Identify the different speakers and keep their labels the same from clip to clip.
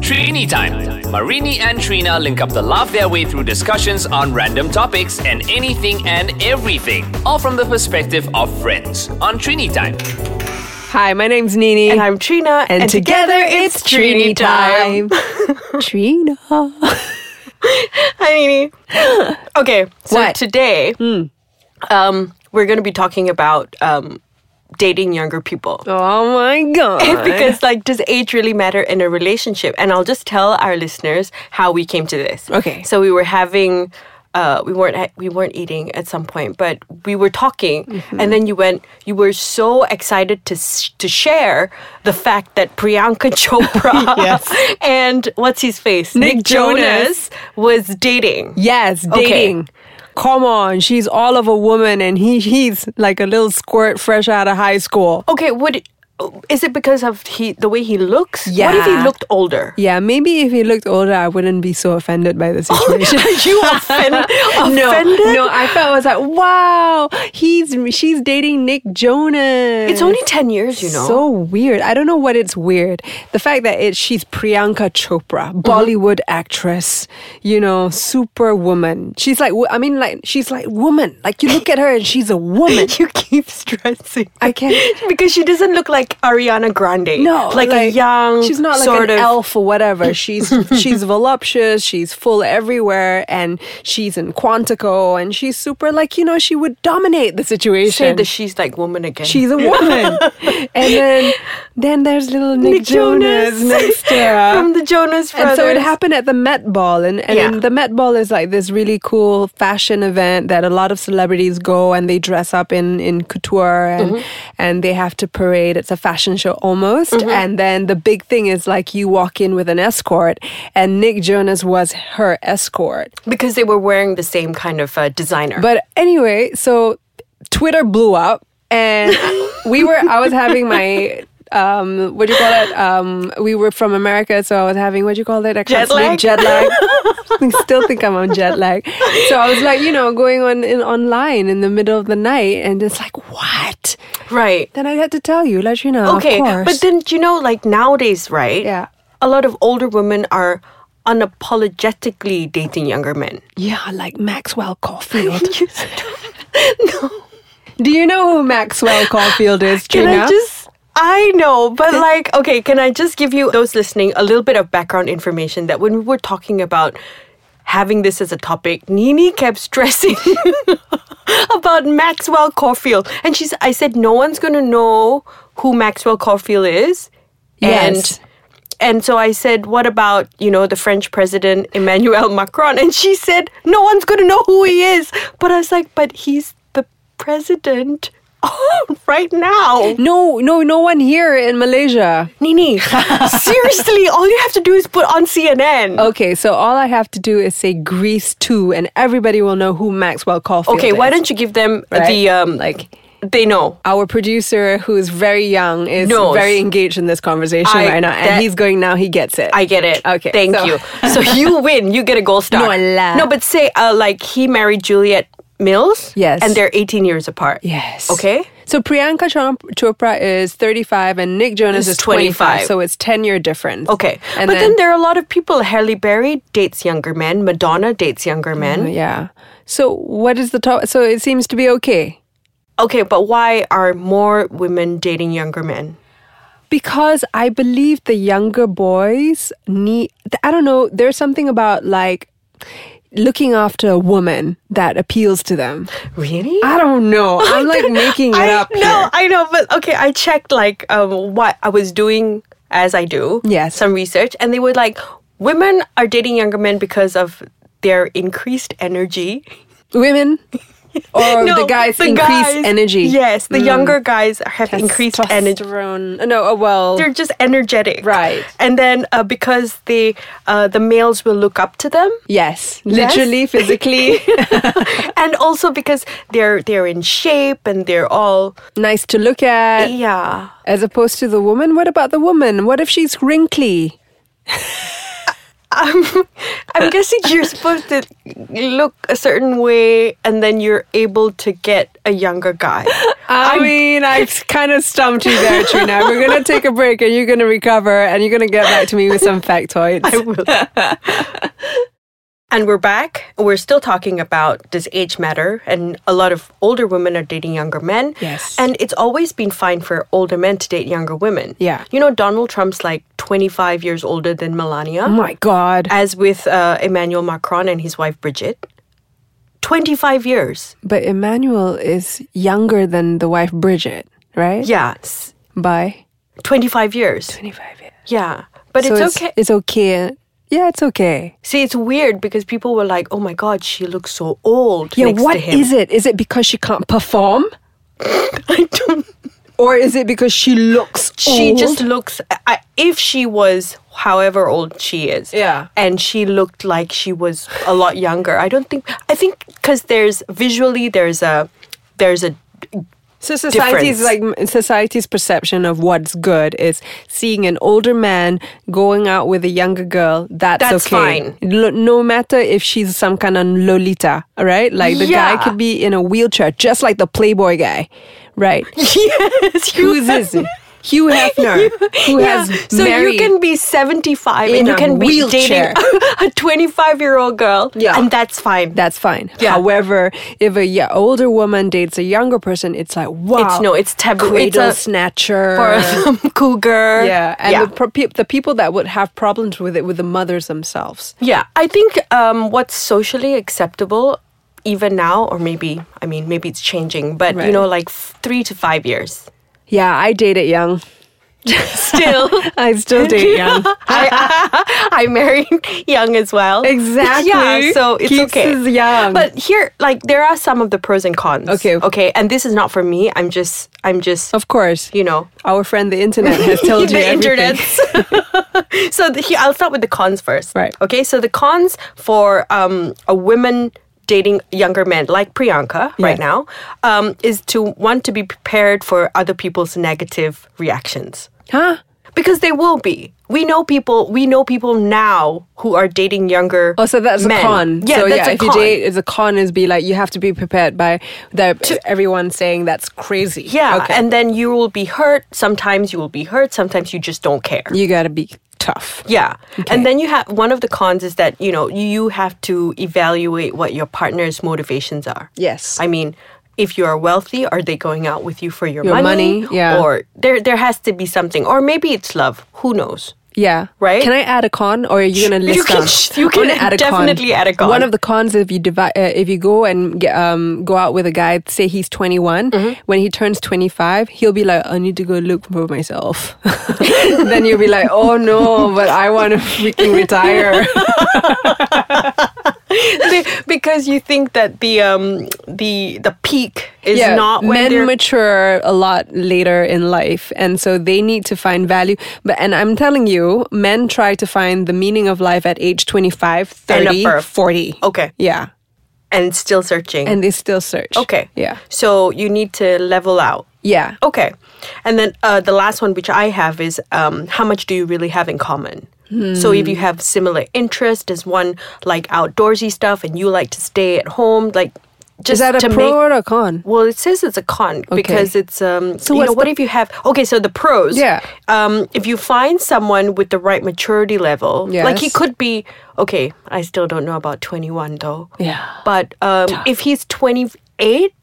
Speaker 1: Trini Time. Marini and Trina link up the laugh their way through discussions on random topics and anything and everything, all from the perspective of friends on Trini Time.
Speaker 2: Hi, my name's Nini.
Speaker 3: And I'm Trina.
Speaker 2: And together it's Trini time. Trina.
Speaker 3: Hi, Nini. Okay, so
Speaker 2: What? Hmm.
Speaker 3: today um, we're going to be talking about um, dating younger people.
Speaker 2: Oh my god.
Speaker 3: Because, like, does age really matter in a relationship? And I'll just tell our listeners how we came to this.
Speaker 2: Okay.
Speaker 3: So we were having, uh, we weren't ha- we weren't eating at some point, but we were talking,
Speaker 2: Mm-hmm.
Speaker 3: and then you went. You were so excited to s- to share the fact that Priyanka Chopra
Speaker 2: Yes.
Speaker 3: and what's his face
Speaker 2: Nick Jonas.
Speaker 3: was dating.
Speaker 2: Yes,
Speaker 3: Okay.
Speaker 2: dating. Come on, she's all of a woman and he he's like a little squirt fresh out of high school.
Speaker 3: Okay, would is it because of he the way he looks? What if he
Speaker 2: Yeah.
Speaker 3: looked older?
Speaker 2: Yeah, maybe if he looked older, I wouldn't be so offended by the situation.
Speaker 3: you offend, Oh offended?
Speaker 2: no, no, I felt I was like, wow, he's she's dating Nick Jonas.
Speaker 3: It's only 10 years, you know.
Speaker 2: So weird. I don't know what it's weird. The fact that it she's Priyanka Chopra,
Speaker 3: Mm-hmm.
Speaker 2: Bollywood actress, you know, superwoman. She's like wo- I mean like she's like woman. Like you look at her and she's a woman.
Speaker 3: you keep stressing.
Speaker 2: I can't
Speaker 3: because she doesn't look like Ariana Grande.
Speaker 2: no,
Speaker 3: like, a young.
Speaker 2: She's not like
Speaker 3: sort
Speaker 2: an
Speaker 3: of,
Speaker 2: elf or whatever. She's she's voluptuous. She's full everywhere, and she's in Quantico, and she's super like you know she would dominate the situation.
Speaker 3: Say that she's like woman again.
Speaker 2: She's a woman. and then then there's little Nick, Jonas, next to her.
Speaker 3: from the Jonas Brothers.
Speaker 2: And so it happened at the Met Ball, and, and
Speaker 3: Yeah.
Speaker 2: the Met Ball is like this really cool fashion event that a lot of celebrities go and they dress up in, in couture and
Speaker 3: Mm-hmm.
Speaker 2: and they have to parade. It's a fashion show almost,
Speaker 3: Mm-hmm.
Speaker 2: and then the big thing is like you walk in with an escort, and Nick Jonas was her escort.
Speaker 3: because they were wearing the same kind of uh, designer.
Speaker 2: But anyway, so Twitter blew up, and we were. I was having my. Um, what do you call it? Um, we were from America, so I was having what do you call it? I can't
Speaker 3: Jet lag?
Speaker 2: sleep, Jet lag. I still think I'm on jet lag. So I was like, you know, going on in online in the middle of the night, and it's like, what?
Speaker 3: right.
Speaker 2: Then I had to tell you, let you know.
Speaker 3: Okay,
Speaker 2: of course.
Speaker 3: but then you know, like nowadays, right?
Speaker 2: Yeah.
Speaker 3: A lot of older women are unapologetically dating younger men.
Speaker 2: yeah, like Maxwell Caulfield. Do you know who Maxwell Caulfield is,
Speaker 3: Can
Speaker 2: Trina?
Speaker 3: I just? I know, but like, okay, can I just give you those listening a little bit of background information that when we were talking about having this as a topic, Nini kept stressing about Maxwell Caulfield, and she's. I said no one's gonna know who Maxwell Caulfield is,
Speaker 2: Yes.
Speaker 3: and. And so I said, "What about you know the French president Emmanuel Macron?" And she said, "No one's going to know who he is." But I was like, "But he's the president right now."
Speaker 2: no, no, no one here in Malaysia.
Speaker 3: Nini, seriously, all you have to do is put on CNN.
Speaker 2: Okay, so all I have to do is say Grease 2 and everybody will know who Maxwell Caulfield
Speaker 3: Okay,
Speaker 2: is.
Speaker 3: why don't you give them
Speaker 2: right?
Speaker 3: the um like
Speaker 2: like
Speaker 3: they know.
Speaker 2: our producer who's very young is
Speaker 3: Knows.
Speaker 2: very engaged in this conversation
Speaker 3: I-
Speaker 2: right now and
Speaker 3: that-
Speaker 2: he's going now he gets it.
Speaker 3: I get it.
Speaker 2: Okay.
Speaker 3: Thank
Speaker 2: so-
Speaker 3: you. So you win. You get a gold star.
Speaker 2: No, lah.
Speaker 3: No, but say uh, like he married Juliet Mills.
Speaker 2: Yes.
Speaker 3: And they're 18 years apart.
Speaker 2: Yes.
Speaker 3: Okay.
Speaker 2: So Priyanka Chom- Chopra is 35 and Nick Jonas is
Speaker 3: Is
Speaker 2: 25,
Speaker 3: 25.
Speaker 2: so it's 10 year difference.
Speaker 3: Okay.
Speaker 2: And
Speaker 3: but then, there are a lot of people. Halle Berry dates younger men. Madonna dates younger men.
Speaker 2: yeah. So what is the top so it seems to be okay.
Speaker 3: Okay, but why are more women dating younger men?
Speaker 2: Because I believe the younger boys need, I don't know, there's something about like looking after a woman that appeals to them.
Speaker 3: Really?
Speaker 2: I don't know. I'm like making it
Speaker 3: I
Speaker 2: up.
Speaker 3: know,
Speaker 2: here.
Speaker 3: I know, but okay, I checked like um, what I was doing as I do.
Speaker 2: Yes.
Speaker 3: Some research, and they were like, women are dating younger men because of their increased energy.
Speaker 2: Women or
Speaker 3: No,
Speaker 2: Oh, the guys increase
Speaker 3: guys-
Speaker 2: energy. Mm.
Speaker 3: Yes, the younger guys have increased energy.
Speaker 2: Testosterone. No, oh, well.
Speaker 3: They're just energetic,
Speaker 2: Right.
Speaker 3: And then uh, because they, uh, the males will look up to them,
Speaker 2: Yes, literally, physically,
Speaker 3: and also because they're they're in shape and they're all
Speaker 2: nice to look at,
Speaker 3: yeah.
Speaker 2: as opposed to the woman. What about the woman? What if she's wrinkly?
Speaker 3: I'm, I'm guessing you're supposed to look a certain way and then you're able to get a younger guy.
Speaker 2: I mean, I kind of stumped you there, Trina. We're going to take a break and you're going to recover and you're going to get back to me with some factoids.
Speaker 3: I will. and we're back. We're still talking about does age matter? And a lot of older women are dating younger men.
Speaker 2: Yes.
Speaker 3: And it's always been fine for older men to date younger women.
Speaker 2: Yeah.
Speaker 3: You know, Donald Trump's like 25 years older than Melania.
Speaker 2: Oh my God.
Speaker 3: as with uh, Emmanuel Macron and his wife Brigitte. 25 years.
Speaker 2: But Emmanuel is younger than the wife Bridget, right?
Speaker 3: Yeah. s-
Speaker 2: By
Speaker 3: 25 years.
Speaker 2: 25 years.
Speaker 3: Yeah. But
Speaker 2: So
Speaker 3: it's, okay.
Speaker 2: It's okay. Yeah, it's okay.
Speaker 3: See, it's weird because people were like, oh my God, she looks so old.
Speaker 2: Yeah,
Speaker 3: next
Speaker 2: what
Speaker 3: to him.
Speaker 2: is it? Is it because she can't perform?
Speaker 3: I don't.
Speaker 2: Or is it because she looks
Speaker 3: She
Speaker 2: old?
Speaker 3: just looks. I, if she was however old she is,
Speaker 2: Yeah.
Speaker 3: and she looked like she was a lot younger. I don't think. I think because there's visually there's a there's a
Speaker 2: So society's
Speaker 3: difference.
Speaker 2: like society's perception of what's good is seeing an older man going out with a younger girl. That's,
Speaker 3: That's
Speaker 2: okay. Lo- no matter if she's some kind of lolita, right? Like the guy
Speaker 3: Yeah.
Speaker 2: could be in a wheelchair, just like the playboy guy, right?
Speaker 3: yes.
Speaker 2: Who's this? Hugh Hefner, who
Speaker 3: Yeah,
Speaker 2: has
Speaker 3: so
Speaker 2: married.
Speaker 3: you can be 75
Speaker 2: in
Speaker 3: and you
Speaker 2: a
Speaker 3: can be
Speaker 2: wheelchair.
Speaker 3: dating a 25 year old girl
Speaker 2: Yeah.
Speaker 3: and that's fine
Speaker 2: that's fine.
Speaker 3: Yeah.
Speaker 2: However, if a y- older woman dates a younger person, it's like wow.
Speaker 3: It's- no, it's taboo. It's
Speaker 2: Cradle
Speaker 3: a-
Speaker 2: snatcher
Speaker 3: for some cougar
Speaker 2: Yeah, and
Speaker 3: yeah.
Speaker 2: The, pro- peop the people that would have problems with it with the mothers themselves.
Speaker 3: yeah i think um, what's socially acceptable even now or maybe i mean maybe it's changing but
Speaker 2: Right.
Speaker 3: you know like f- three to five years
Speaker 2: Yeah, I dated young.
Speaker 3: still
Speaker 2: I still date young.
Speaker 3: I, I married young as well.
Speaker 2: Exactly.
Speaker 3: Yeah, so it's
Speaker 2: Keeps
Speaker 3: okay.
Speaker 2: us young.
Speaker 3: But here, like, there are some of the pros and cons.
Speaker 2: Okay.
Speaker 3: Okay. And this is not for me. I'm just, I'm just,
Speaker 2: Of course,
Speaker 3: you know,
Speaker 2: our friend the internet has told you
Speaker 3: the
Speaker 2: everything.
Speaker 3: internet. so the, here, I'll start with the cons first.
Speaker 2: Right.
Speaker 3: Okay. So the cons for um, a woman dating younger men like Priyanka right
Speaker 2: Yeah.
Speaker 3: now um, is to want to be prepared for other people's negative reactions
Speaker 2: Huh?
Speaker 3: because they will be. We know people. We know people now who are dating younger.
Speaker 2: Oh, so that's
Speaker 3: men.
Speaker 2: a con.
Speaker 3: Yeah,
Speaker 2: so
Speaker 3: that's
Speaker 2: yeah,
Speaker 3: a
Speaker 2: if
Speaker 3: con.
Speaker 2: you date, it's a con is be like you have to be prepared by that everyone saying that's crazy.
Speaker 3: Yeah,
Speaker 2: okay.
Speaker 3: and then you will be hurt. Sometimes you will be hurt. Sometimes you just don't care.
Speaker 2: you gotta be tough.
Speaker 3: Yeah. And then you have one of the cons is that, you know, you have to evaluate what your partner's motivations are.
Speaker 2: Yes.
Speaker 3: I mean, if you are wealthy, are they going out with you for your,
Speaker 2: Your money, yeah.
Speaker 3: Or there there has to be something. Or maybe it's love. Who knows?
Speaker 2: Yeah.
Speaker 3: Right?
Speaker 2: Can I add a con or are you going to
Speaker 3: You
Speaker 2: list
Speaker 3: can-
Speaker 2: them?
Speaker 3: you
Speaker 2: I'm gonna
Speaker 3: can definitely add a con.
Speaker 2: One of the cons if you divi- uh, if you go and get, um, go out with a guy, say he's 21,
Speaker 3: Mm-hmm.
Speaker 2: when he turns 25, he'll be like, I need to go look for myself. then you'll be like, oh no, but I want to freaking retire.
Speaker 3: Be- because you think that the um the the peak is not when
Speaker 2: men
Speaker 3: they're
Speaker 2: mature a lot later in life and so they need to find value but and i'm telling you men try to find the meaning of life at age 25
Speaker 3: And
Speaker 2: 30
Speaker 3: above.
Speaker 2: 40
Speaker 3: Okay.
Speaker 2: yeah
Speaker 3: and still searching.
Speaker 2: and they still search
Speaker 3: okay. Oh,
Speaker 2: yeah
Speaker 3: So you need to level out.
Speaker 2: yeah
Speaker 3: Okay. And then uh, the last one, which I have, is um, how much do you really have in common? So if you have similar interests, does one like outdoorsy stuff and you like to stay at home? Like, just
Speaker 2: is that
Speaker 3: to
Speaker 2: a pro
Speaker 3: make-
Speaker 2: or a con
Speaker 3: well, it says it's a con because it's um. So you
Speaker 2: what's
Speaker 3: know, what
Speaker 2: the-
Speaker 3: if you have? Okay, so the pros.
Speaker 2: Yeah.
Speaker 3: Um, if you find someone with the right maturity level, like he
Speaker 2: Yes.
Speaker 3: could be. Okay, I still don't know about twenty one though.
Speaker 2: Yeah.
Speaker 3: But um, if he's twenty eight,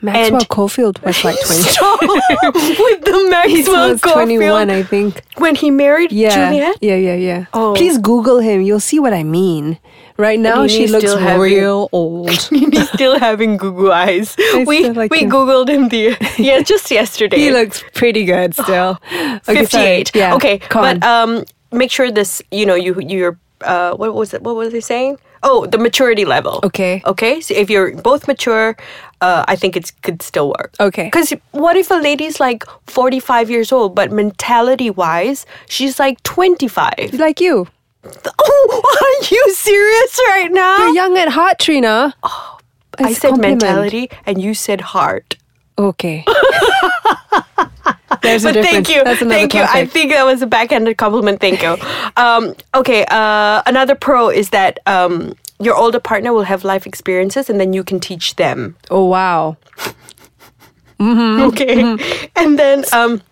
Speaker 2: maxwell
Speaker 3: and-
Speaker 2: Caulfield was like 20
Speaker 3: stop with the
Speaker 2: he
Speaker 3: Maxwell
Speaker 2: was 21
Speaker 3: Caulfield
Speaker 2: i think
Speaker 3: when he married
Speaker 2: yeah
Speaker 3: Juliet.
Speaker 2: yeah yeah yeah
Speaker 3: Oh.
Speaker 2: please google him you'll see what i mean right now
Speaker 3: And he
Speaker 2: she
Speaker 3: is
Speaker 2: looks
Speaker 3: still having-
Speaker 2: real old
Speaker 3: He's still having Google eyes. We
Speaker 2: still like
Speaker 3: we
Speaker 2: him.
Speaker 3: googled him the yeah just yesterday.
Speaker 2: he looks pretty good still okay, sorry.
Speaker 3: fifty eight.
Speaker 2: yeah
Speaker 3: Okay,
Speaker 2: con.
Speaker 3: but um, make sure this you know you you're uh what was it what was he saying? Oh, the maturity level.
Speaker 2: Okay.
Speaker 3: Okay. So if you're both mature, uh, I think it could still work.
Speaker 2: Okay.
Speaker 3: Because what if a lady's like 45 years old, but mentality wise, she's like 25?
Speaker 2: like you
Speaker 3: Oh, are you serious right now?
Speaker 2: You're young at heart, Trina.
Speaker 3: Oh, I
Speaker 2: It's a
Speaker 3: said
Speaker 2: compliment.
Speaker 3: mentality and you said heart.
Speaker 2: Okay. There's a
Speaker 3: but
Speaker 2: difference.
Speaker 3: thank you.
Speaker 2: That's another
Speaker 3: thank you. I
Speaker 2: topic.
Speaker 3: think that was a backhanded compliment. Thank you. Um, okay. Uh, another pro is that um, your older partner will have life experiences and then you can teach them.
Speaker 2: Oh wow. Mm-hmm.
Speaker 3: Okay. And then um,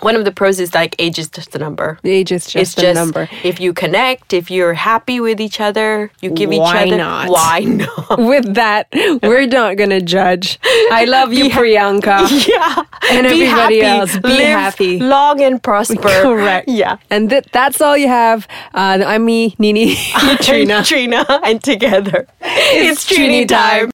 Speaker 3: one of the pros is like age is just a number.
Speaker 2: The age is just
Speaker 3: it's
Speaker 2: a
Speaker 3: just
Speaker 2: number.
Speaker 3: if you connect, if you're happy with each other, you give
Speaker 2: Why
Speaker 3: each other.
Speaker 2: not?
Speaker 3: Why not?
Speaker 2: With that, we're not gonna judge. I love you, Priyanka.
Speaker 3: Yeah,
Speaker 2: And
Speaker 3: Be
Speaker 2: everybody
Speaker 3: happy.
Speaker 2: else, be
Speaker 3: Live
Speaker 2: happy.
Speaker 3: long and prosper.
Speaker 2: Correct.
Speaker 3: Yeah.
Speaker 2: And th- that's all you have. Uh, I'm me, Nini,
Speaker 3: Trina. Trina and together. It's,
Speaker 2: Trini time.